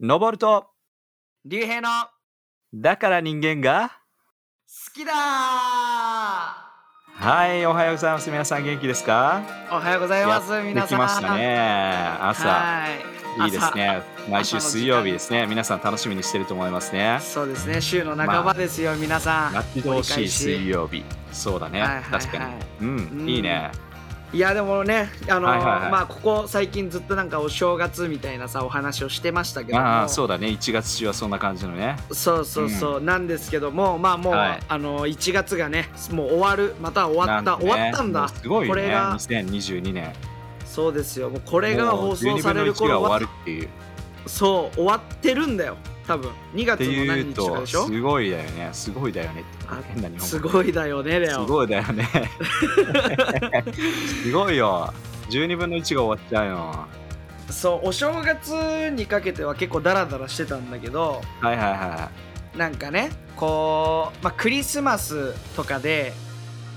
登ると、竜兵の好だから人間が、きだーはい、おはようございます。皆さん元気ですかおはようございますやって皆さんきましたね。朝、はいいいですね。毎週朝の時間水曜日ですね。皆さん楽しみにしてると思いますね朝。そうですね週のま半あばですよ、皆さん待ってほしい水い曜日。そうだね。はいはいはい確かに。う、うんんいいね。いやでもねあの、はいはいはいまあここ最近ずっとなんかお正月みたいなさお話をしてましたけどもああ、そうだね。1月中はそんな感じのね。そうそうそう、なんですけどもまあもう、はいあの1月がねもう終わるまたは終わっなんとた、ね終わったんもうだすごいよこね。れが2022年。そうですよもうこれが放送されもう12分の1るが頃は終わるっていう。そう終わってるんだよ多分2っ月てのい何う日とかとでしょすごいだよねすごいだよねってあ変な日本語すごいだよねレすオごいだよ ねすごいよ12分の1が終わっちゃうよそうお正月にかけては結構ダラダラしてたんだけどはいはいはなんかねこう、まあ、クリスマスとかで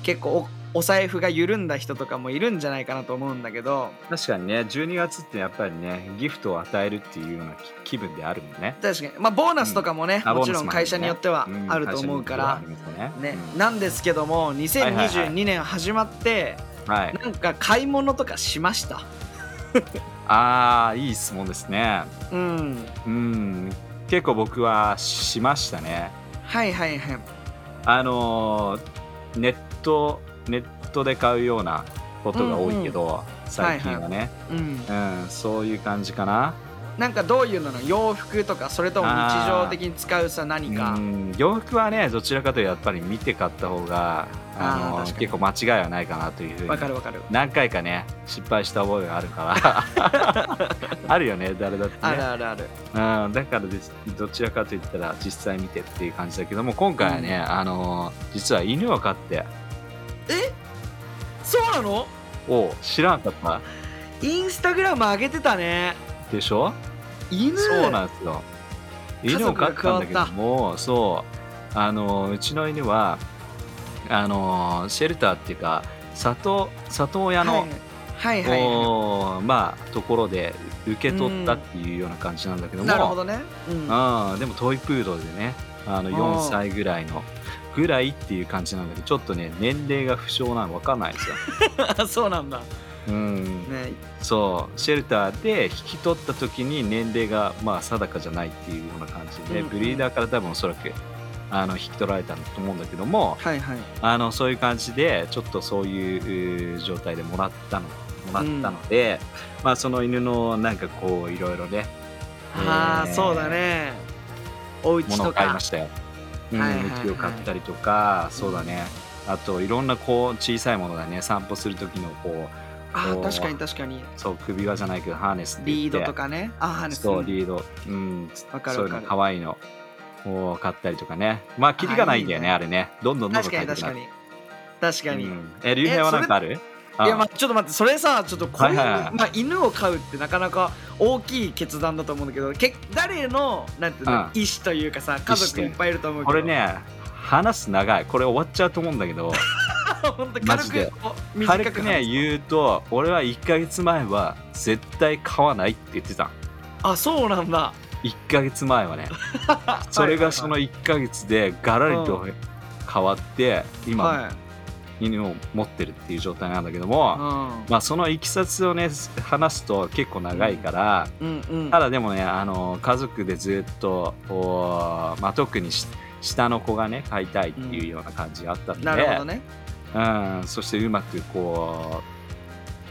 結構おお財布が緩んだ人とかもいるんじゃないかなと思うんだけどい確かにね12月ってやっぱりねギフトを与えるっていうような気気分であるもんね確かにまあボーナスと かもね、あもちろんボーナスもあるね会社によってはあると思うから、ん会社によってはありますねねなんですけどもいはいはい2022年始まってうんはいなんか買い物とかしましたああいい質問ですねうんうん結構僕はしましたねはいはいはいあのーネットネットで買うようなことが多いけど、最近はね、うんうんそういう感じかななんかどういうのなの洋服とかそれとも日常的に使うさ何かうん洋服はねどちらかというとやっぱり見て買った方がああーの確かに結構間違いはないかなというふうわかるにわかる何回かね失敗した覚えがあるから あるよね誰だってあるね、あるあるうん、だからですどちらかといったら実際見てっていう感じだけども今回はね、あのー実は犬を飼ってえそうなのおう知らんかったインスタグラム上げてたねでしょ犬そうなんですよ家犬を族飼っが加たんわだったけどもそうあのうちの犬はあのシェルターっていうか里里親の、はいはいはいはこうまあ、ところで受け取ったっていうような感じなんだけどいもなるほどねうんあでもトイプードルでねあのあー4歳ぐらいのぐらいっていう感じなんだけどちょっとね年齢が不詳なの分かんないんですよ。 そうなんだうん、ねそうシェルターで引き取った時に年齢がまあ定かじゃないっていうような感じで、うんうんブリーダーから多分おそらくあの引き取られたんだと思うんだけどもはいはいあのそういう感じでちょっとそういううー状態でもらったのもらったので、まあその犬のなんかこういろいろねえああーそうだねお家物をと買いかましたよ。うんはいはいはいうちを買ったりとか、そうだねあといろんなこう小さいものがね散歩する時のこうあこーう確かに確かにそう首輪じゃないけどハーネスって言リっーてドとかねあーハーネスそうリード、うん、わかそるういわうのかる可愛いのを買ったりとかねまあキリがないんだよねああれねどんどんどんどん確か買いにた確くなるかに確かに、うんえ竜兵はなんかあるいやまああちょっと待ってそれさちょっとこういう、はいはいはいまあ、犬を飼うってなかなか大きい決断だと思うんだけどけ誰のなんていうの、うん意思というかさ家族いっぱいいると思うけどこれ ね話す長いこれ終わっちゃうと思うんだけどほんとマ軽ジでくこう短く軽くねう言うと俺は1ヶ月前は絶対買わないって言ってたあそうなんだ1ヶ月前 はねそれがその1ヶ月でガラリと変わって今、はい今犬を持ってるっていう状態なんだけども、まあそのいきさつをね話すと結構長いから、うんうんうんただでもねあの家族でずっとこう、まあ、特にし下の子がね飼いたいっていうような感じがあったんで、なるほどねうん、そしてうまくこ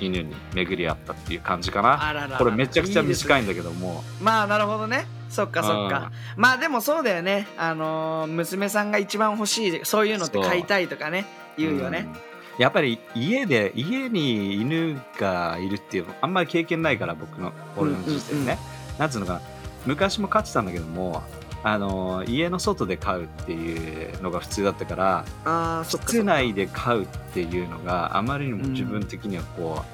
う犬に巡り合ったっていう感じかなあらららこれめちゃくちゃですね短いんだけどもまあなるほどねそっかそっか、まあでもそうだよねあのー娘さんが一番欲しいそういうのってそう買いたいとかね言うよね、んやっぱり家で家に犬がいるっていうのあんまり経験ないから僕の俺の人生ね、うんうんうんなんつうのかな昔も飼ってたんだけどもあの家の外で飼うっていうのが普通だったからああそっかそ室っか内で飼うっていうのがあまりにも自分的にはこ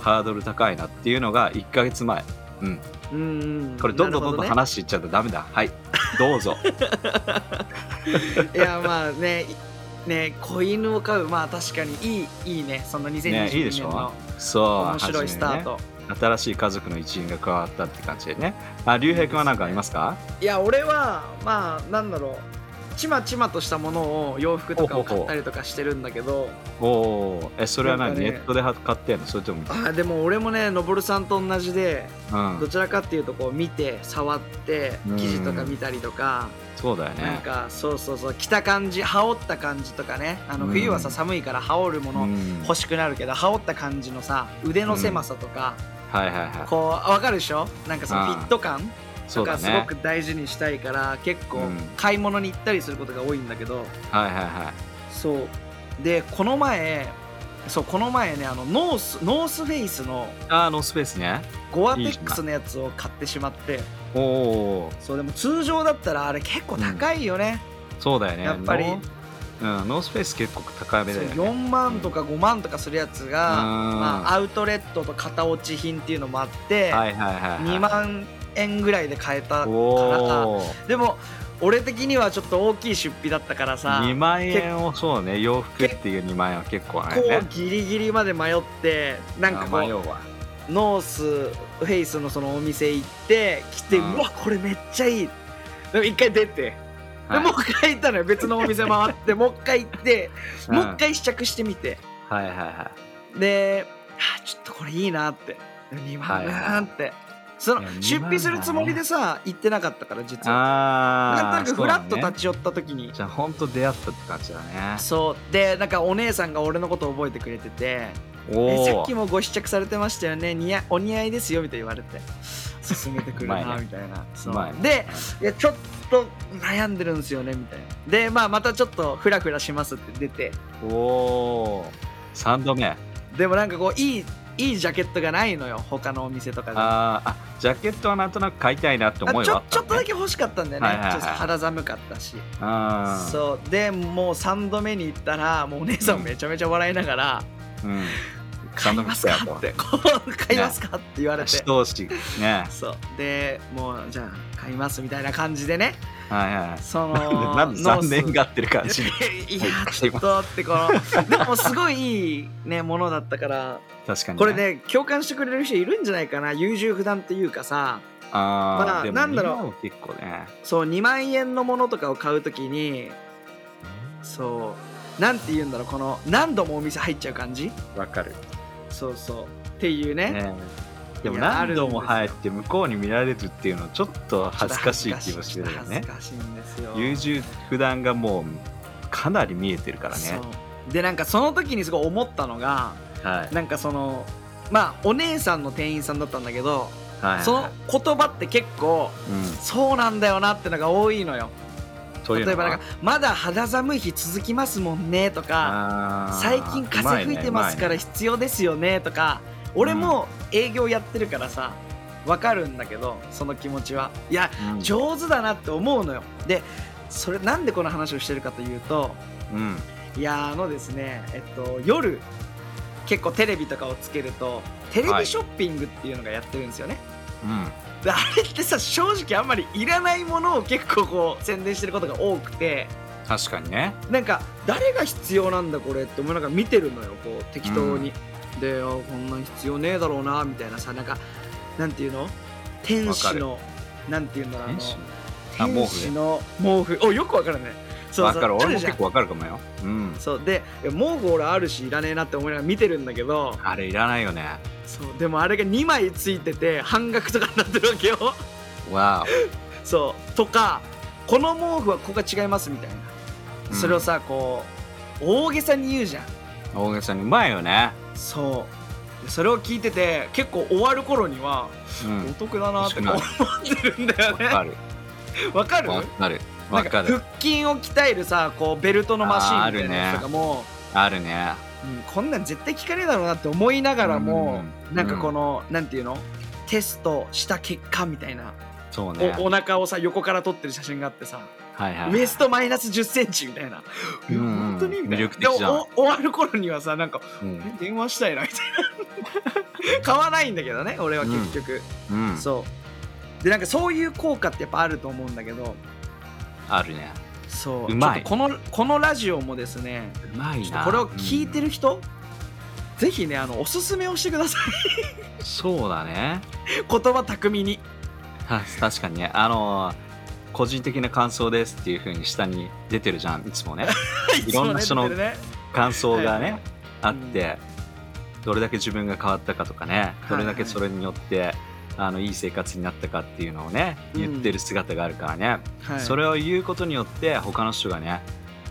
う、ハードル高いなっていうのが1ヶ月前、うん、うんうんこれどんどんどんどんなるほね話していっちゃうとダメだ、はいど うぞいやまあねいね子犬を飼うまあ確かにいいいいねその2022年の、ねいいでしょそう面白いスタート、初新しい家族の一員が加わったって感じでね。あ、竜兵君は何かありますかいや俺はまあなんだろうちまちまとしたものを洋服とかを買ったりとかしてるんだけどおおー、え、それは何、なんかねネットで買ってんのそれとも、あーでも俺もねのぼるさんと同じでうんど、ちらかっていうとこう見て触ってうん生地とか見たりとか、そうだよなんね。かそうそうそう着た感じ羽織った感じとかねあのうん冬はさ寒いから羽織るもうのん欲しくなるけど羽織った感じのさ腕の狭さとか、はいはいはい。こうあわかるでしょなんかそのあーフィット感そとうだかすねご。く大事にしたいから、結構うん買い物に行ったりすることが多いんだけどはいはいはい。そうでこの前そうこの前ねあのノースノースフェイスのあー、ノースペースね。ゴアテックスのやつを買ってしまっておおー、そうでも通常だったらあれ結構高いよね、そうだよね。やっぱりノーうん、ノースペース結構高めそだうよね。 4万とか5万とかするやつが、まあ、あ、アウトレットと型落ち品っていうのもあって、はいはいはいはい。 2万円ぐらいで買えたからおお、でも俺的にはちょっと大きい出費だったからさ2万円をそうね、洋服っていう2万円は結構あこれねう。ギリギリまで迷ってなんかこあ迷ううわ。ノースフェイスのそのお店行って来てううんわこれめっちゃいいでも一回出て、でもう一回行ったの よ別のお店回ってもう一回行ってうんもう一回試着してみてはいはいはであちょっとこれいいなって2万円って、そのいや出2万費するつもりでさ行ってなかったからい。実はああ、なんとなくフラッとそうだね立ち寄った時にじゃあ本当出会ったって感じだね。そうでなんかお姉さんが俺のこと覚えてくれててえおさっおき。もご試着されてましたよね似合お似合いですよみたいに言われて進めてくるうまいなねみたいな、そううまいねでいやちょっと悩んでるんですよねみたいなでまあまたちょっとフラフラしますって出ておおー。三度目。あでもなんかこういいいいジャケットがないのよ他のお店とかであーあ、ジャケットはなんとなく買いたいなって思あいちはあょったちょねっとだ。け欲しかったんだよはいはいねはいちょっと肌寒かったしああ。そうでもう3度目に行ったらもうお姉さんめちゃめちゃ笑いながらうん。 「買いますか?」って「こう買いますか?」って言われて一押し。ね。そうでもうじゃあ買いますみたいな感じでねはいはい。その なんで残念がってる感ノーじスいやちょっとってこの でもすごいいいねものだったから 確かにこれね共感してくれる人いるんじゃないかな優柔不断っていうかさあまああでもなんだろう今も結構ねそう2万円のものとかを買うときにそうなんて言うんだろうこの何度もお店入っちゃう感じわかるそうそうっていうねねでもいやあ何るんですよ度も入って向こうに見られるっていうのはちょっと恥ずかしい気もしてるよねちょっと恥ずかしいんですよ優柔不断がもうかなり見えてるからねそうでなんかその時にすごい思ったのがはいなんかそのまあお姉さんの店員さんだったんだけどはいその言葉って結構うんそうなんだよなってのが多いのよと例いうえのばはなんか「まだ肌寒い日続きますもんね」とかあ「ー最近風吹いてますから必要ですよね」とか俺も営業やってるからさわかるんだけどその気持ちはいやうまいねうまいね上手だなって思うのよでそれなんでこの話をしてるかというとうんいやーあのですね、えっと、夜結構テレビとかをつけるとテレビショッピングっていうのがやってるんですよね、うんであれってさ正直あんまりいらないものを結構こう宣伝してることが多くて確かにねなんか誰が必要なんだこれって思いながら見てるのよこう適当に、であこんなん必要ねえだろうなみたいなさなんかなんていうの天使のなんていうんだろうあの天使あ毛布ね天使の毛布およくわかるねそうわそうかる俺あもるじゃん結構わかるかもようんそうでいや毛布俺あるしいらねえなって思いながら見てるんだけどあれいらないよねそうでもあれが2枚ついてて半額とかになってるわけよ わそうとかこの毛布はここが違いますみたいな、うんそれをさこう大げさに言うじゃんお大げさにうまいよねそうでそれを聞いてて結構終わる頃にはうんお得だなってうん思ってるんだよわかねるわかるわかるなわんかかる腹筋を鍛えるさこうベルトのマシーンみたいなやつとかも、あるねうんこんなん絶対聞かねえだろうなって思いながらも、うんなんかこの、なんていうのテストした結果みたいな、そうねおお腹をさ横から撮ってる写真があってさ、はいはいウエストマイナス1 0センチみたいな、うんうん本当にみたいな魅力的じゃんでおお終わる頃にはさなんかうんえ電話したいなみたいな 買わないんだけどね俺は結局、うんそうでなんかそういう効果ってやっぱあると思うんだけどあるねそううまいちょっとこのこのラジオもですねうまいちょっなとこれを聞いてる人、ぜひねあのおすすめをしてくださいそうだね 言葉巧みにた確かにねあの個人的な感想ですっていう風に下に出てるじゃんいつ もね いろんな人のいつもね感想がね、はいあって、どれだけ自分が変わったかとかねはいどれだけそれによって、あのいい生活になったかっていうのをねうん言ってる姿があるからね、出てるねはい、それを言うことによって他の人がね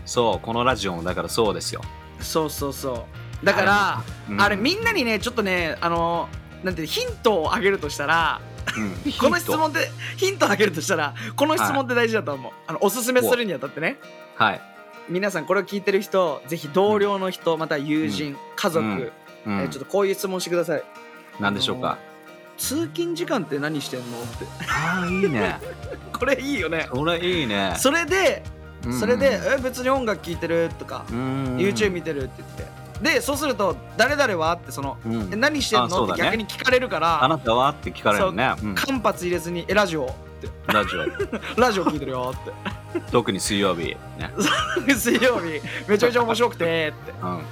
そうこのラジオもだからそうですよそうそうそうだからあうれ,、んみんなにねちょっとねあのなんていうヒントをあげるとしたらうんこの質ヒント問でヒントをあげるとしたらこの質問って大事だと思う、あのおすすめするにあたってねはい、皆さんこれを聞いてる人ぜひ同僚の人または友人、家族、うんうんえーちょっとこういう質問してください何でしょうか通勤時間って何してんのってあーいいねこれいいよねそれいいねそれでそれでう「え別に音楽聴いてる」とかんうん「YouTube 見てる」って言ってでそうすると「誰々は?」ってそのう「えん何してんあその?」うっだてね逆に聞かれるかあらなたはって聞かれるね、うん間髪入れずに「えラジオ?」ってラジオ「ラジオ聴いてるよ」って特に水曜日ね、 「 水曜日めちゃめちゃ面白くて」ってうん、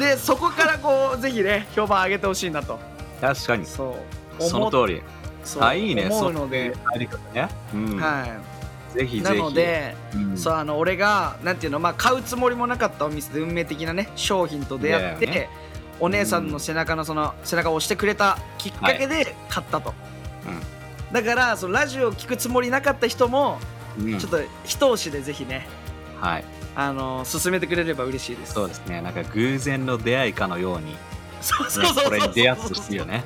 でそこからこうぜひね評判上げてほしいなと確かにそう思っその通りそうあいいね思うのでそういう入り方ね、うんはぜひいぜなひのでうんそうあの俺がなんていうのまあ買うつもりもなかったお店で運命的なね商品と出会って、出会いお姉さんの背中のその背中を押してくれたきっかけで買ったと、だからそのラジオを聞くつもりなかった人もうんちょっと一押しでぜひね、はいあの進めてくれれば嬉しいですそうですねなんか偶然の出会いかのようにそうそうそうそうこれに出会ってほしいよね、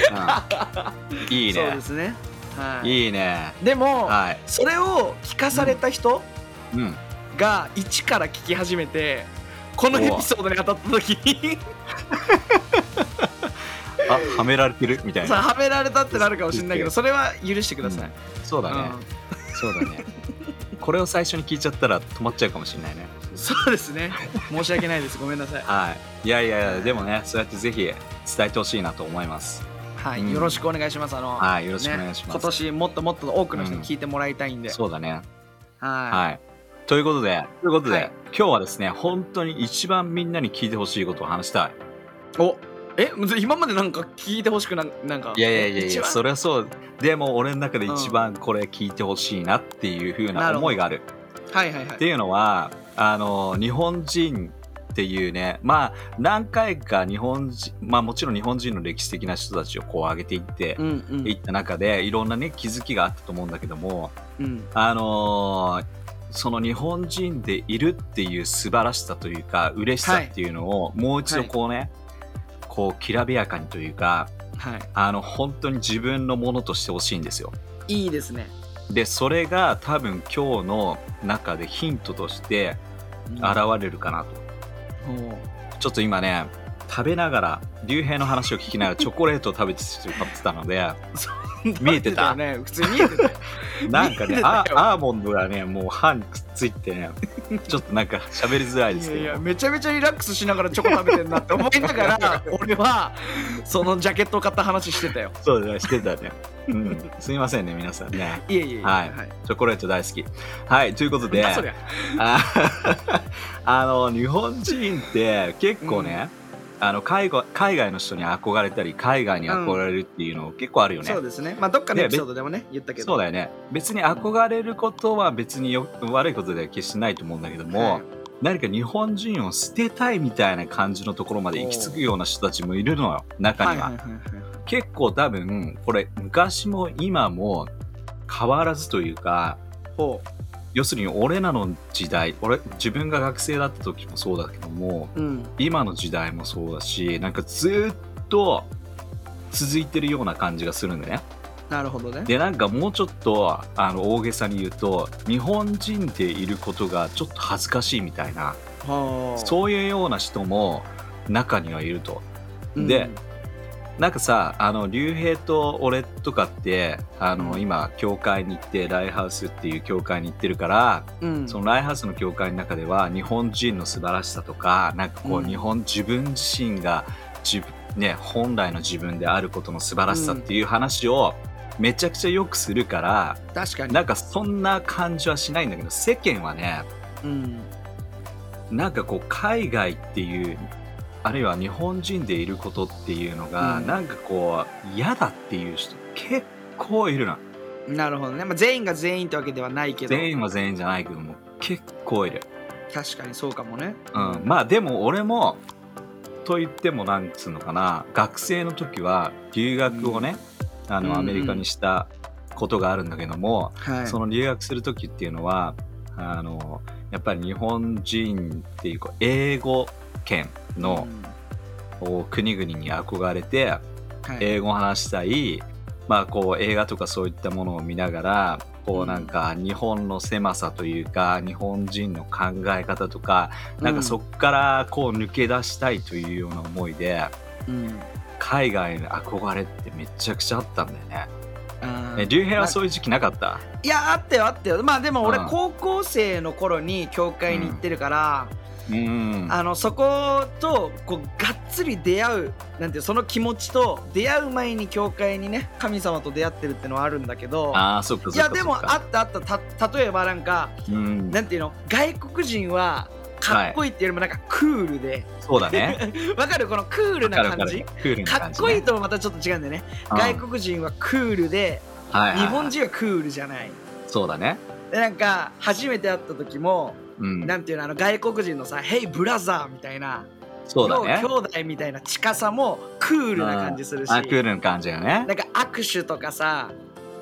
うん、いいそうねですねはいいいねでも、はいそれを聞かされた人うんが一から聞き始めてこのエピソードに当たった時にあはめられてるみたいさなはめられたってなるかもしれないけどそれは許してください、そうだね、そうだねこれを最初に聞いちゃったら止まっちゃうかもしれないねうんそうですね申し訳ないですごめんなさい、はいいやいやいやでもねそうやってぜひ伝えてほしいなと思いますはいうんよろしくお願いしますあの、はいよろしくお願いします、ね今年もっともっと多くの人に聞いてもらいたいんで、そうだねははい。ということで、ということで、はい今日はですね、本当に一番みんなに聞いてほしいことを話したいおえ今までなんか聞いてほしくななんかい。いやいやいやい一や、番それはそう。でも俺の中で一番これ聞いてほしいなっていう風ななるほど思いがある。はいはいはっていいうのは、あの、日本人っていうね、まあ何回か日本人、まあもちろん日本人の歴史的な人たちをこう上げていって、うんいった中でいろんなね気づきがあったと思うんだけどもうんうんあのーその日本人でいるっていう素晴らしさというか嬉しさっていうのをもう一度こうね、こうきらびやかにというかはあの本当に自分のものとしてほしいんですよ。いいいですね、でそれが多分今日の中でヒントとしてうん現れるかなと。おうちょっと今ね食べながら竜兵の話を聞きながらチョコレートを食べてたの で見えてた見えてたよね普通に見え てたよなんか見ねえてたあよアーモンドがねもう歯にくっついて ねちょっとなんか喋りづらいいですやけどいやめちゃめちゃリラックスしながらチョコ食べてんなって思いながら俺はそのジャケットを買った話してたよそうだねしてたね、うん、すいませんね皆さんねいえいえいえはいはいチョコレート大好きはいということでなんだそりゃあ あの日本人って結構ね、あの海外海外の人に憧れたり海外に憧れるっていうの結構あるよね、そうですね。まあ、どっかのねエピソードでもね、言ったけど。そうだよね別に憧れることは別によ悪いことでは決してないと思うんだけども、はい何か日本人を捨てたいみたいな感じのところまで行き着くような人たちもいるのよ中はいには、はいはいはい結構多分これ昔も今も変わらずというかほ要するに俺らの時代俺自分が学生だった時もそうだけどもう。うん。今の時代もそうだしなんかずっと続いてるような感じがするんだねなるほどね。でなんかもうちょっとあの大げさに言うと日本人でいることがちょっと恥ずかしいみたいなはあそういうような人も中にはいると。うんでなんかさあの竜兵と俺とかってあの、うん今教会に行ってライハウスっていう教会に行ってるから、うん。そのライハウスの教会の中では日本人の素晴らしさとかなんかこう、うん日本自分自身が自分ね、本来の自分であることの素晴らしさっていう話をめちゃくちゃよくするから、確かに。なんかそんな感じはしないんだけど世間はねうん。なんかこう海外っていうあるいは日本人でいることっていうのが、うんなんかこう嫌だっていう人結構いるななるほどね、まあ、全員が全員ってわけではないけど全員は全員じゃないけども結構いる、確かにそうかもねうん、まあでも俺もと言ってもなんつうのかな学生の時は留学をね、あうんうのんアメリカにしたことがあるんだけども、はいその留学する時っていうのはあのやっぱり日本人っていうか英語圏のうんこう国々に憧れてはい英語を話したい、まあ、こう映画とかそういったものを見ながらこううんなんか日本の狭さというか日本人の考え方とかなんかそこからこう抜け出したいというような思いでうん海外の憧れってめちゃくちゃあったんだよね。あーえ竜兵はそういう時期なかったいやあったよあったよまあでも俺うん高校生の頃に教会に行ってるから、うんあのそことこうがっつり出会うなんていうその気持ちと出会う前に教会にね神様と出会ってるってのはあるんだけどあーそっかそっかいやでもそっかあったあったた例えばなんかうんなんていうの外国人はかっこいいっていうよりもなんかクールでそうだ ね。わ、かるこのクールな感じわかるわかるクールなか感っじこね、いいともまたちょっと違うんだよね、外国人はクールで国日本人はクールじゃないそうだね。でなんか初めて会った時もうん。なんていうのあの外国人のさ「ヘイブラザー」みたいなそうだね兄。弟みたいな近さもクールな感じするし、あクールな感じがねな。んか握手とかさ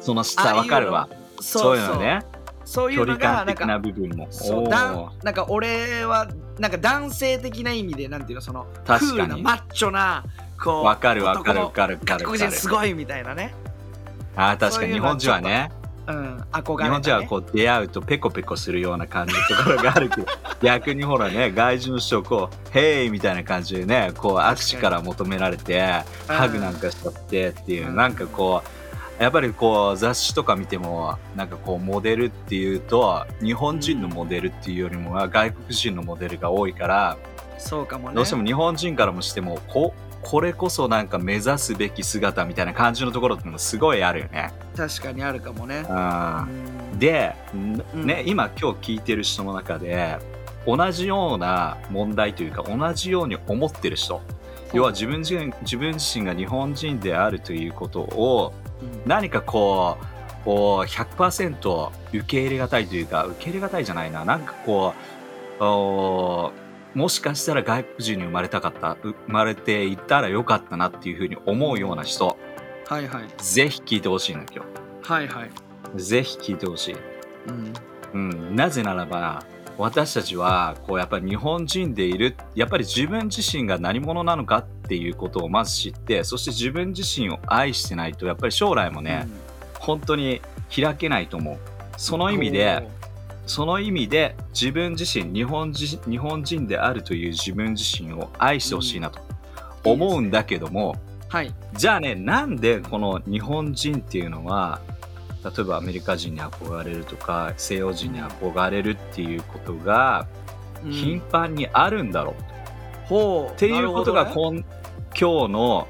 その下わかるわ。そそうういうそうのね。そうい距うの離が感なん的なか部分も。そうおーだんなんか俺はなんか男性的な意味でなんていうのそのク確ーかルなに。マッチョなこうわかるわかるわ男のかるわかるわ外国か人る。すごいみたいなね、あー確かにそうい日うのは本人はね。うん、憧れ、ね、日本人はこう出会うとペコペコするような感じのところがあるけ ど逆にほらね外人の人をこう「ヘイ!」みたいな感じでねこう握手から求められてうんハグなんかしちゃってっていう、うんなんかこうやっぱりこう雑誌とか見てもなんかこうモデルっていうと日本人のモデルっていうよりもは外国人のモデルが多いから、そうかもねどうしても日本人からもしてもここれこそなんか目指すべき姿みたいな感じのところってのもすごいあるよね。確かにあるかもねう、うんんで、んうんね、今今日聞いてる人の中で同じような問題というか同じように思ってる人要は自分自身自分自身が日本人であるということをうん何かこうこう100%受け入れがたいというか受け入れがたいじゃないななんかこうおーもしかしたら外国人に生まれたかったう生まれていたらよかったなっていうふうに思うような人はいはいぜひ聞いてほしいの今はいはい、日ぜひ聞いてほしい。うん、うん、なぜならば私たちはこうやっぱり日本人でいるやっぱり自分自身が何者なのかっていうことをまず知ってそして自分自身を愛してないとやっぱり将来もね、うん本当に開けないと思うその意味でその意味で自分自身日本自日本人であるという自分自身を愛してほしいなとうん思うんだけども、はいじゃあねなんでこの日本人っていうのは例えばアメリカ人に憧れるとか西洋人に憧れるっていうことがうん頻繁にあるんだろう、ほうっていうことがなるほこん、今日の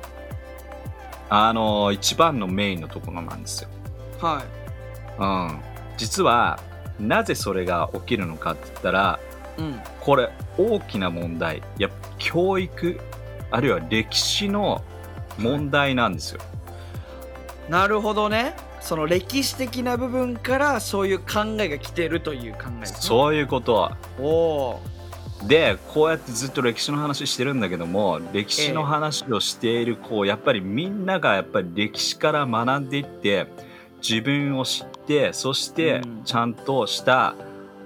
あの一番のメインのところなんですよ。どねはうん、実はなぜそれが起きるのかって言ったらい、うん、これ大きな問題やっぱ教育あるいは歴史の問題なんですよ。なるほどねその歴史的な部分からそういう考えが来てるという考えですねそういうことおおでこうやってずっと歴史の話してるんだけども歴史の話をしているこうやっぱりみんながやっぱり歴史から学んでいって自分を知ってそしてうんちゃんとした、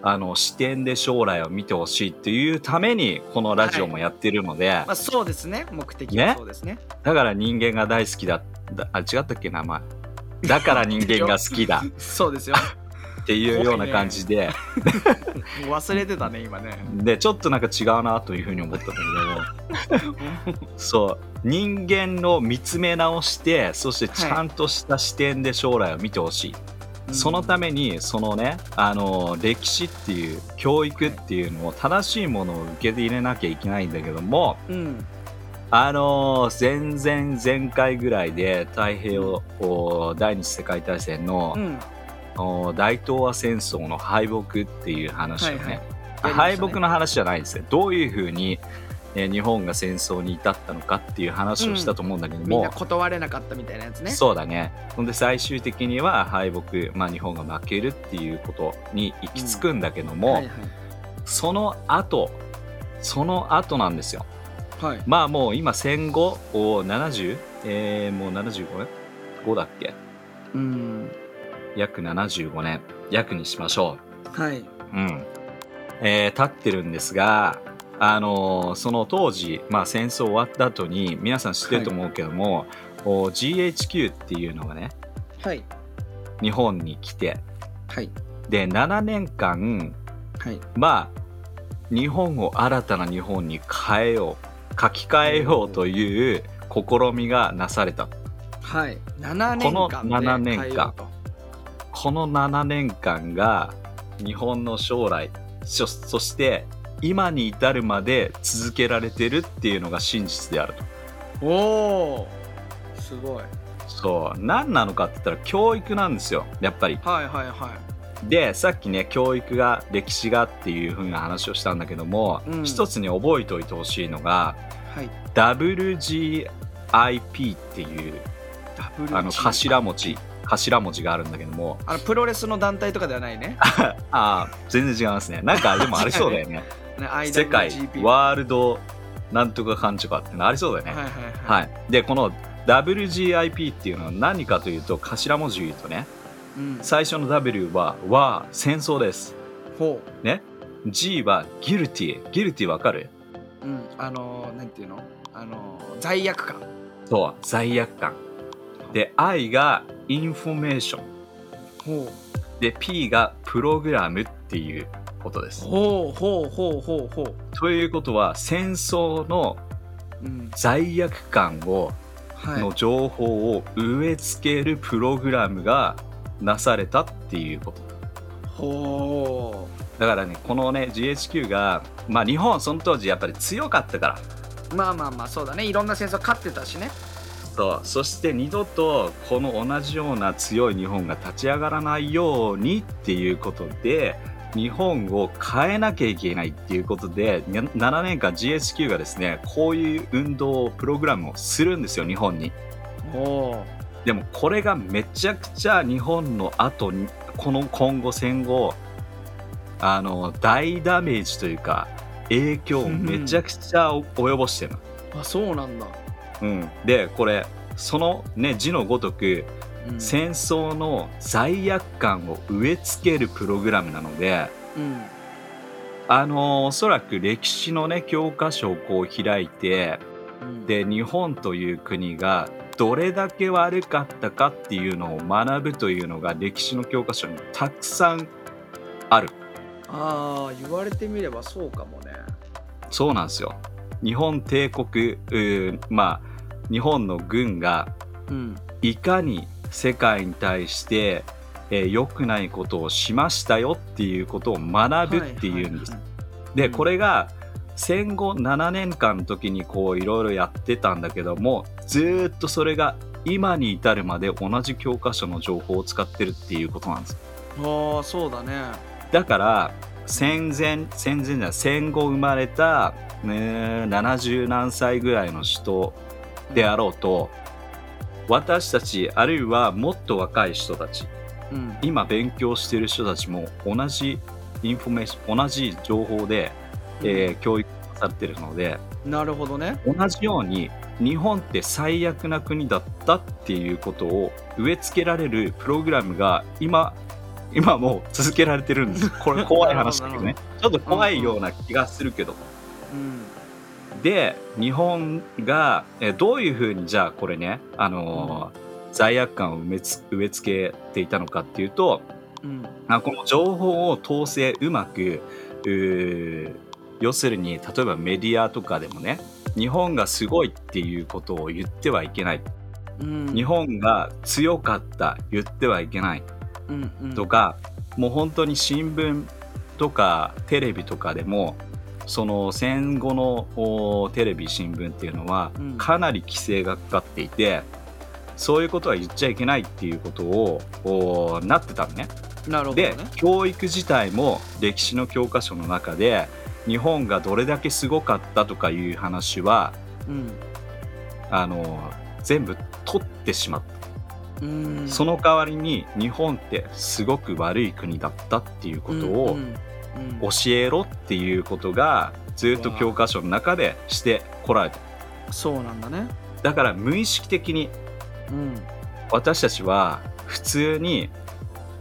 あの視点で将来を見てほしいっていうためにこのラジオもやってるので、ーまあそうですね目的はねそうですねだから人間が大好きだだあ違ったっけ名前だから人間が好きだそうですよっていうような感じで、もう忘れてたね今ねでちょっとなんか違うなというふうに思ったんだけどそう人間を見つめ直してそしてちゃんとした視点で将来を見てほしい、そのためにそのねあの歴史っていう教育っていうのを正しいものを受け入れなきゃいけないんだけどもうんあの前々前回ぐらいで太平洋お第二次世界大戦のう、んお大東亜戦争の敗北っていう話をね、はいはい敗北の話じゃないんですよどういうふうにえー日本が戦争に至ったのかっていう話をしたと思うんだけどみんも、な断れなかったみたいなやつねそうだねほんで最終的には敗北、まあ、日本が負けるっていうことに行き着くんだけども、はいはいその後その後なんですよはいまあもう今戦後を70、えーもう75年5だっけうん約75年約にしましょはいううんえー経ってるんですがあのーその当時、まあ、戦争終わった後に皆さん知ってると思うけども、お GHQ っていうのがねはい日本に来てはいで7年間はいまあ日本を新たな日本に変えよう書き換えようという試みがなされたはい7年この間で7年間変えようとこの7年間が日本の将来そそして今に至るまで続けられてるっていうのが真実であるとおおすごいそう何なのかって言ったら教育なんですよやっぱりはいはいはでさっきね教育が歴史がっていう風な話をしたんだけども、うん一つに覚えておいてほしいのがいはい WGIP っていうダブルあの G 頭文字頭文字があるんだけどもあのプロレスの団体とかではないねああ全然違いますねなんかでもありそうだよねね IWGP 世界ワールドなんとかかんとかってのありそうだよねはは、いはいいはいでこの WGIP っていうのは何かというと頭文字言うとねうん最初の W は「は戦争ですほ」ね G は「ギルティ」「ギルティ」わかるううんあのーなんていうのあのー罪悪感そう罪悪感で I が「インフォメーション」ほうで P がプログラムっていうことです。ほうほうほうほうほうということは戦争のうん罪悪感を、はいの情報を植え付けるプログラムがなされたっていうこと。ほだからねこのね GHQ が、まあ、日本その当時やっぱり強かったからうまあまあまあそうだねいろんな戦争勝ってたしねそうそして二度とこの同じような強い日本が立ち上がらないようにっていうことで日本を変えなきゃいけないっていうことでに7年間 GHQ がですねこういう運動をプログラムをするんですよ日本にほでもこれがめちゃくちゃ日本の後にこの今後戦後あの大ダメージというか影響をめちゃくちゃ及ぼしてるのうあそうなんだ、うん、でこれそのね字のごとくうん戦争の罪悪感を植え付けるプログラムなので、うんあのーおそらく歴史のね教科書をこう開いてうん、で日本という国がどれだけ悪かったかっていうのを学ぶというのが歴史の教科書にたくさんあるああ言われてみればそうかもねそうなんですよ日本帝国うーまあ日本の軍がうんいかに世界に対して、えー良くないことをしましたよっていうことを学ぶっていうんです。はいでうんこれが戦後7年間の時にこういろいろやってたんだけどもずーっとそれが今に至るまで同じ教科書の情報を使ってるっていうことなんです。はいはいああそうだねだから戦前戦前じゃない戦後生まれた、ね、70何歳ぐらいの人であろうと私たちあるいはもっと若い人たちうん今勉強してる人たちも同じインフォメーション同じ情報で、えー教育されてるのでなるほどね同じように日本って最悪な国だったっていうことを植え付けられるプログラムが今 今もう続けられてるん ですこれ怖い話だけどねちょっと怖いような気がするけど、うんで日本がえどういうふうにじゃあこれね、あのー罪悪感を埋めつ植え付けていたのかっていうとうんあこの情報を統制うまくうー要するに例えばメディアとかでもね日本がすごいっていうことを言ってはいけないうん日本が強かった言ってはいけないうんうんとかもう本当に新聞とかテレビとかでもその戦後のおテレビ新聞っていうのはうんかなり規制がかかっていてそういうことは言っちゃいけないっていうことをおなってたのね。なるほどでね教育自体も歴史の教科書の中で日本がどれだけすごかったとかいう話はうんあの全部取ってしまった、うんその代わりに日本ってすごく悪い国だったっていうことをうんうんうん教えろっていうことがずっと教科書の中でしてこられたそうなんだねだから無意識的にうん私たちは普通に、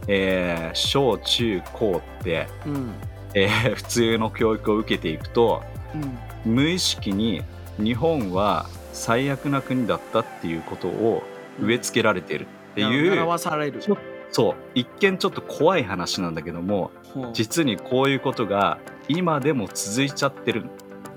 えー小中高って、うんえー普通の教育を受けていくとうん無意識に日本は最悪な国だったっていうことを植え付けられているっていう、習わされるちょそう一見ちょっと怖い話なんだけどもほう実にこういうことが今でも続いちゃってる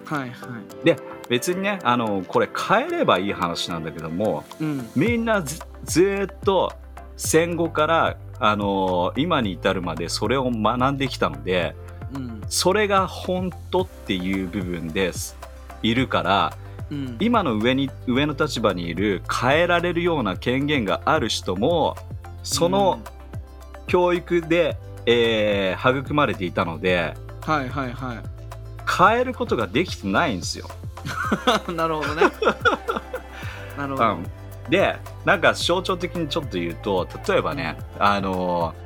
はいはい別にねあのこれ変えればいい話なんだけどもうんみんなずずーっと戦後から、あのー今に至るまでそれを学んできたのでうんそれが本当っていう部分ですいるからうん今の上に上の立場にいる変えられるような権限がある人もその教育で、えー育まれていたのでうんはいはいは変えることができてないんですよ。いなるほどねなるほうどん、でなんか象徴的にちょっと言うと例えばね、あのー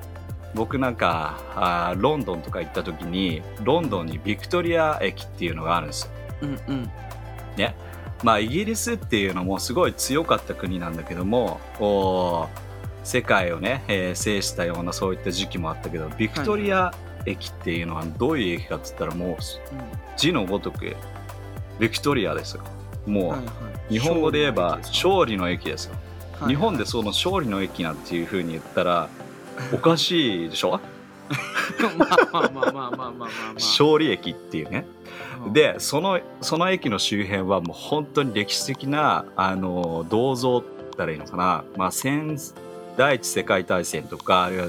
僕なんかあーロンドンとか行った時にロンドンにビクトリア駅っていうのがあるんですよ。うんうんまあイギリスっていうのもすごい強かった国なんだけどもおー世界をね、えー制したようなそういった時期もあったけどビクトリア駅っていうのはどういう駅かって言ったらもう字のごとくビクトリアですよ。うんもはいうはい日本語で言えば勝勝利の駅ですよ。利の日本駅でその勝利の駅なんていう風に言った らおかしいでしょすかはいまあまあまあまあまあまあまあ勝利駅っていうねうんでそのその駅の周辺はもう本当に歴史的なあの銅像って言ったらいいのかな、まあ、戦第一次世界大戦とかあるいは、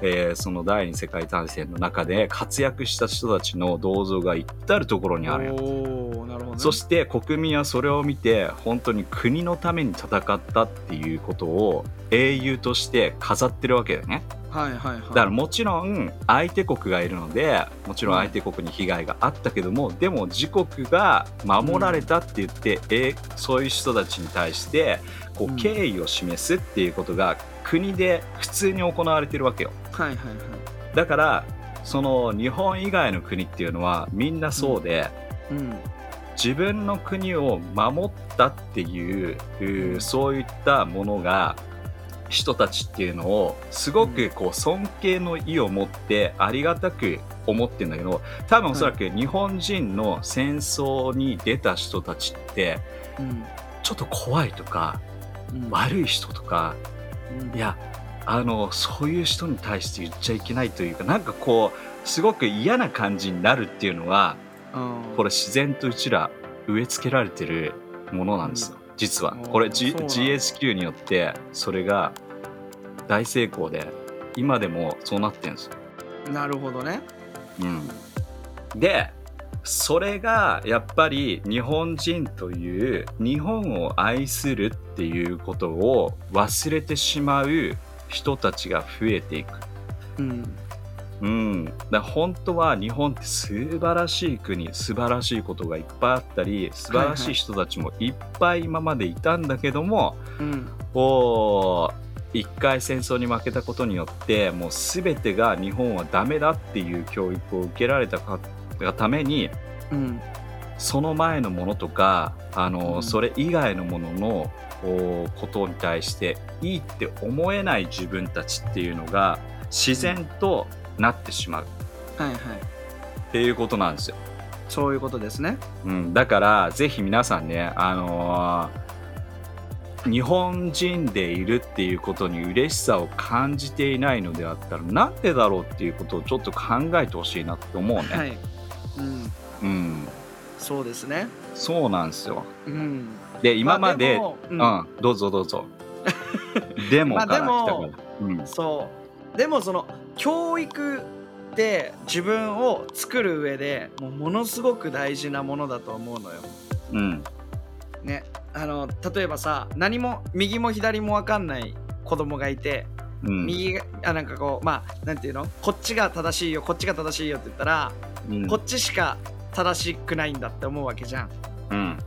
えーその第二次世界大戦の中で活躍した人たちの銅像が至る所にあるよおーなるほどねそして国民はそれを見て本当に国のために戦ったっていうことを英雄として飾ってるわけだよね。はいはいはいだからもちろん相手国がいるのでもちろん相手国に被害があったけども、でも自国が守られたって言って、えーそういう人たちに対してこううん敬意を示すっていうことが国で普通に行われてるわけよはいはいはいだからその日本以外の国っていうのはみんなそうで、うん自分の国を守ったっていううーうんそういったものが人たちっていうのをすごくこう尊敬の意を持ってありがたく思ってんだけど多分おそらく日本人の戦争に出た人たちってうんちょっと怖いとかうん悪い人とかうんいやあのそういう人に対して言っちゃいけないというかなんかこうすごく嫌な感じになるっていうのはうんこれ自然とうちら植え付けられてるものなんですよ、実はあーこれ、G、そうなんだ GHQ によってそれが大成功で今でもそうなってるんですよ、なるほどねうん、でそれがやっぱり日本人という日本を愛するっていうことを忘れてしまう人たちが増えていくうんうん、だから本当は日本って素晴らしい国素晴らしいことがいっぱいあったり素晴らしい人たちもいっぱい今までいたんだけども、うんこう一回戦争に負けたことによってもう全てが日本はダメだっていう教育を受けられたかがためにうんその前のものとかあの、うんそれ以外のもののこうことに対していいって思えない自分たちっていうのが自然となってしまう。はいはいっていうことなんですよ。そういうことですねうん、だからぜひ皆さんね、あのー日本人でいるっていうことに嬉しさを感じていないのであったらなんでだろうっていうことをちょっと考えてほしいなって思うね、はいうんうん、そうですねそうなんですようんで今まで,、あでもうんうんどうぞどうぞでもから来たまあから、でもうん、そうでもその教育って自分を作る上でもうものすごく大事なものだと思うのようんねあの例えばさ何も右も左も分かんない子供がいてうん右があなんかこうまあなんていうのこっちが正しいよこっちが正しいよって言ったらうんこっちしか正しくないんだって思うわけじゃんうん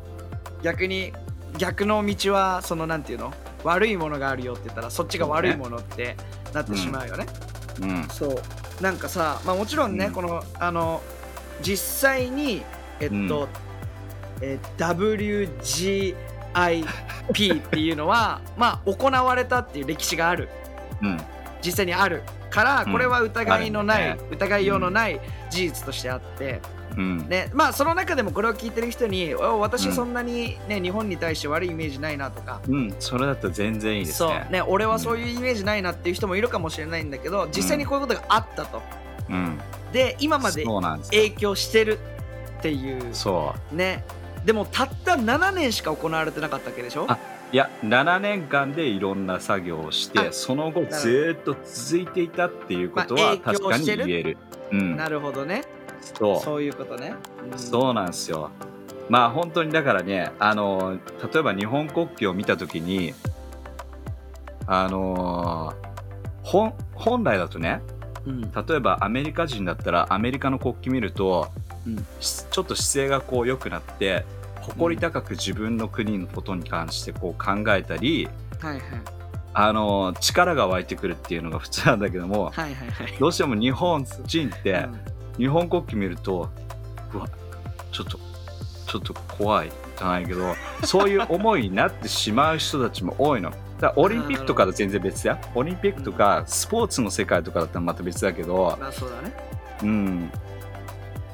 逆に逆の道はそのなんていうの悪いものがあるよって言ったらそっちが悪いものってなってしまうよねうんそうなんかさ、まあ、もちろんね、うんこのあの実際にえっと、うんえー WGIP っていうのは まあ行われたっていう歴史があるうん実際にあるからうんこれは疑いのない、ある疑いようのない事実としてあって、うんねまあその中でもこれを聞いてる人にお私うんそんなに、ね日本に対して悪いイメージないなとかうんそれだったら全然いいですそうねね俺はそういうイメージないなっていう人もいるかもしれないんだけど実際にこういうことがあったと。うんで今までそうなんです影響してるっていうそうねでもたった7年しか行われてなかったわけでしょあいや7年間でいろんな作業をしてあその後ほどずーっと続いていたっていうことまあは影確響かしにて言るえる。うん、なるほどねそそういうことね、うそうなんですよ。まあ本当にだからねあの例えば日本国旗を見た時にあの本本来だとねうん、うん例えばアメリカ人だったらアメリカの国旗見ると、うんしちょっと姿勢がこう良くなって誇り高く自分の国のことに関してこう考えたり、はいはいあの力が湧いてくるっていうのが普通なんだけどもはいはいはいどうしても日本人ってうん日本国旗見るとうわちょっとちょっと怖いじゃないけどそういう思いになってしまう人たちも多いの。だから オリンピックとかと全然別だよオリンピックとかスポーツの世界とかだったらまた別だけど、まあそうだねうん、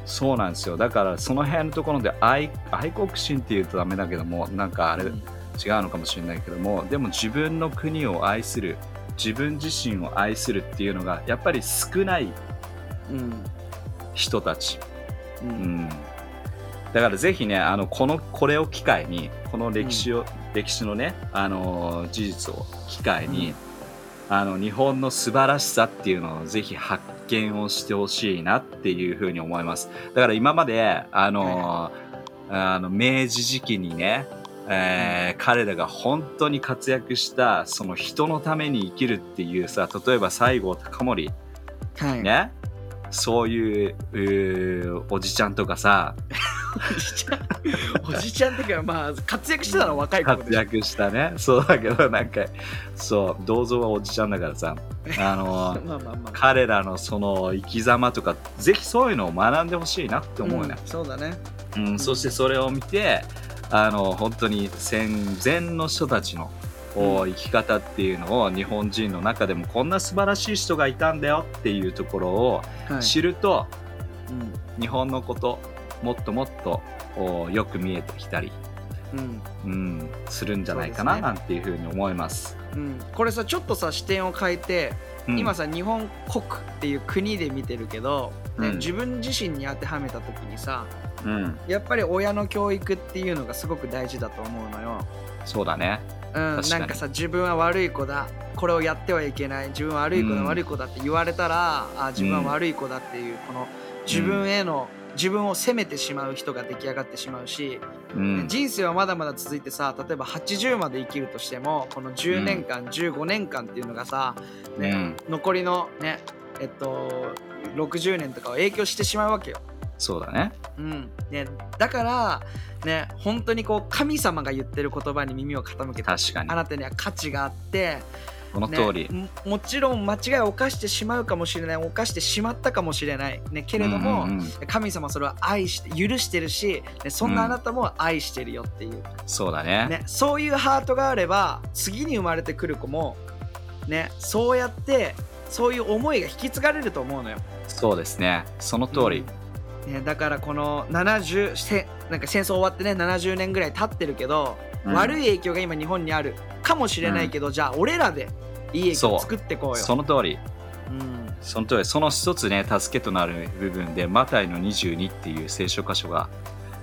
そうなんですよだからその辺のところで愛愛国心っていうとダメだけどもなんかあれ、うん違うのかもしれないけどもでも自分の国を愛する自分自身を愛するっていうのがやっぱり少ないうん人たち、ううんん、だからぜひねあのこのこれを機会にこの歴史を、歴史のね、あのー事実を機会に、うんあの日本の素晴らしさっていうのをぜひ発見をしてほしいなっていうふうに思いますだから今まであのー、あの明治時期にねえー彼らが本当に活躍したその人のために生きるっていうさ例えば西郷隆盛はいねそういううーおじちゃんとかさおじちゃんおじちゃんってかまあ活躍してたのは若い頃活でしょ躍したねそうだけどなんかそう銅像はおじちゃんだからさあの ーまあまあまあ彼らのその生き様とかぜひそういうのを学んでほしいなって思うねん、そうだねうんそしてそれを見てあの本当に戦前の人たちのこう生き方っていうのを日本人の中でもこんな素晴らしい人がいたんだよっていうところをはい知ると、うん日本のこともっともっとこうよく見えてきたり、うんうん、するんじゃないかなそうですなんていうふうに思います。うん、これさちょっとさ視点を変えてうん今さ日本国っていう国で見てるけど、ねうん自分自身に当てはめた時にさうん、やっぱり親の教育っていうのがすごく大事だと思うのよ。そうだね。うん、確かなにんかさ自分は悪い子だこれをやってはいけない自分は悪い子うだ、ん悪い子だって言われたらあ自分は悪い子だっていうこの自分への、自分を責めてしまう人が出来上がってしまうし、うん、人生はまだまだ続いてさ例えば80まで生きるとしてもこの10年間、15年間っていうのがさ、ねうん残りのねえっと60年とかを影響してしまうわけよ。そうだね。うんね、だからね本当にこう神様が言ってる言葉に耳を傾けて確かにあ。なたには価値があって、このね通り。ももちろん間違いを犯してしまうかもしれない犯してしまったかもしれない、ね、けれども、うんうんうん神様はそれは愛して許してるし、ね、そんなあなたも愛してるよっていう、そうだね。ね、そういうハートがあれば次に生まれてくる子も、ね、そうやってそういう思いが引き継がれると思うのよ。そうですね。その通り。うんね、だからこの70せなんか戦争終わってね70年ぐらい経ってるけど、うん悪い影響が今日本にあるかもしれないけど、じゃあ俺らでいい影響そをう作ってこうよ。その通り。うんその通り。その一つね、助けとなる部分で、マタイの22っていう聖書箇所が、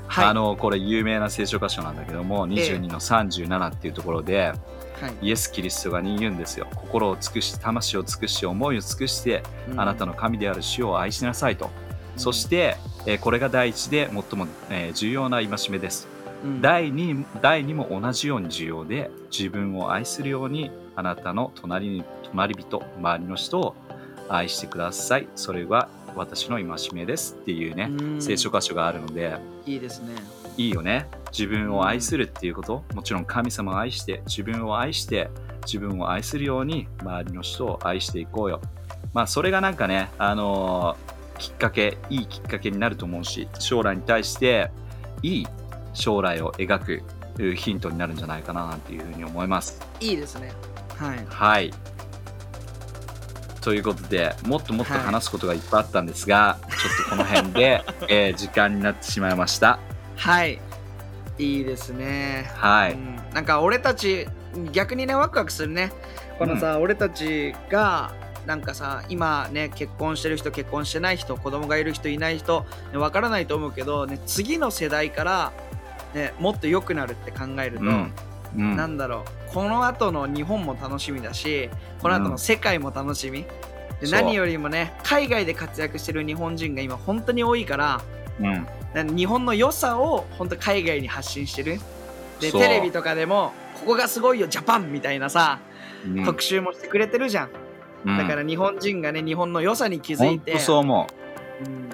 はい、あの、これ有名な聖書箇所なんだけども、22の37っていうところで、はいイエス・キリストが言うんですよ。心を尽くし、魂を尽くし、思いを尽くして、あなたの神である主を愛しなさいと。そし、て、えーこれが第一で最も、えー重要な戒めです。うん第二第二も同じように重要で、自分を愛するように、あなたの隣に隣人、周りの人を愛してください。それは私の戒めですっていうね、うん聖書箇所があるのでいいですねいいよね自分を愛するっていうこともちろん神様を愛して自分を愛して自分を愛するように周りの人を愛していこうよまあそれがなんかねあのーきっかけいいきっかけになると思うし将来に対していい将来を描くうヒントになるんじゃないかななんていうふうに思いますいいですねはいはいということでもっともっと話すことがいっぱいあったんですが、ちょっとこの辺で、 えー時間になってしまいましたはいいいですねはい、うん、なんか俺たち逆にねワクワクするねこのさ、俺たちがなんかさ今ね結婚してる人結婚してない人子供がいる人いない人ねわからないと思うけど、ね、次の世代から、ね、もっと良くなるって考えると、うんうんなんだろうこの後の日本も楽しみだしこの後の世界も楽しみ、でそう何よりもね海外で活躍してる日本人が今本当に多いからうんな日本の良さを本当海外に発信してるでそうテレビとかでもここがすごいよジャパンみたいなさ、うん特集もしてくれてるじゃん、うんだから日本人がね日本の良さに気づ本い当てそう思うん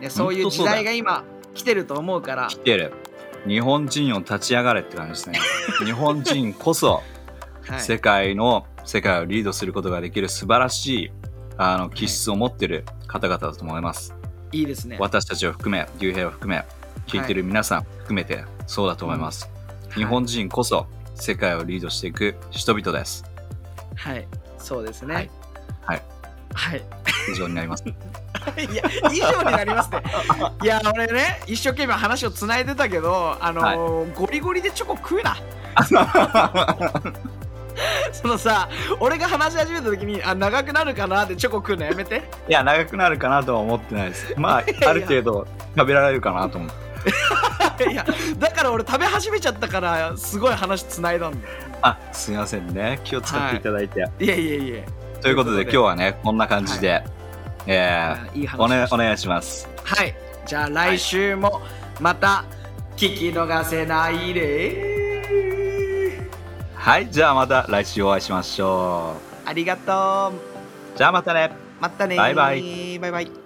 ね、そういう時代が今来てると思うからう来てる日本人を立ち上がれって感じです ね日本人こそはい世界の、世界をリードすることができる素晴らしいあの気質を持ってる方々だと思います、いいですね私たちを含め竜兵を含め聞いてる皆さん含めてそうだと思います、日本人こそ世界をリードしていく人々ですはい、はいそうですねはいはい、はい以上になります いや以上になりますねいや俺ね一生懸命話をつないでたけどあのーゴリゴリでチョコ食うなそのさ俺が話し始めた時にあ長くなるかなってチョコ食うのやめていや長くなるかなとは思ってないですまあ いやある程度食べられるかなと思っていやだから俺食べ始めちゃったからすごい話つないだんだよあすいませんね気を使っていただいて、いやいやいやということで今日はねこんな感じで、えいいー話お,、でねし、たお願いしますはいじゃあ来週もまた聞き逃せないではいじゃあまた来週お会いしましょありがとうじゃあまたねうまたねバイバイバイバイ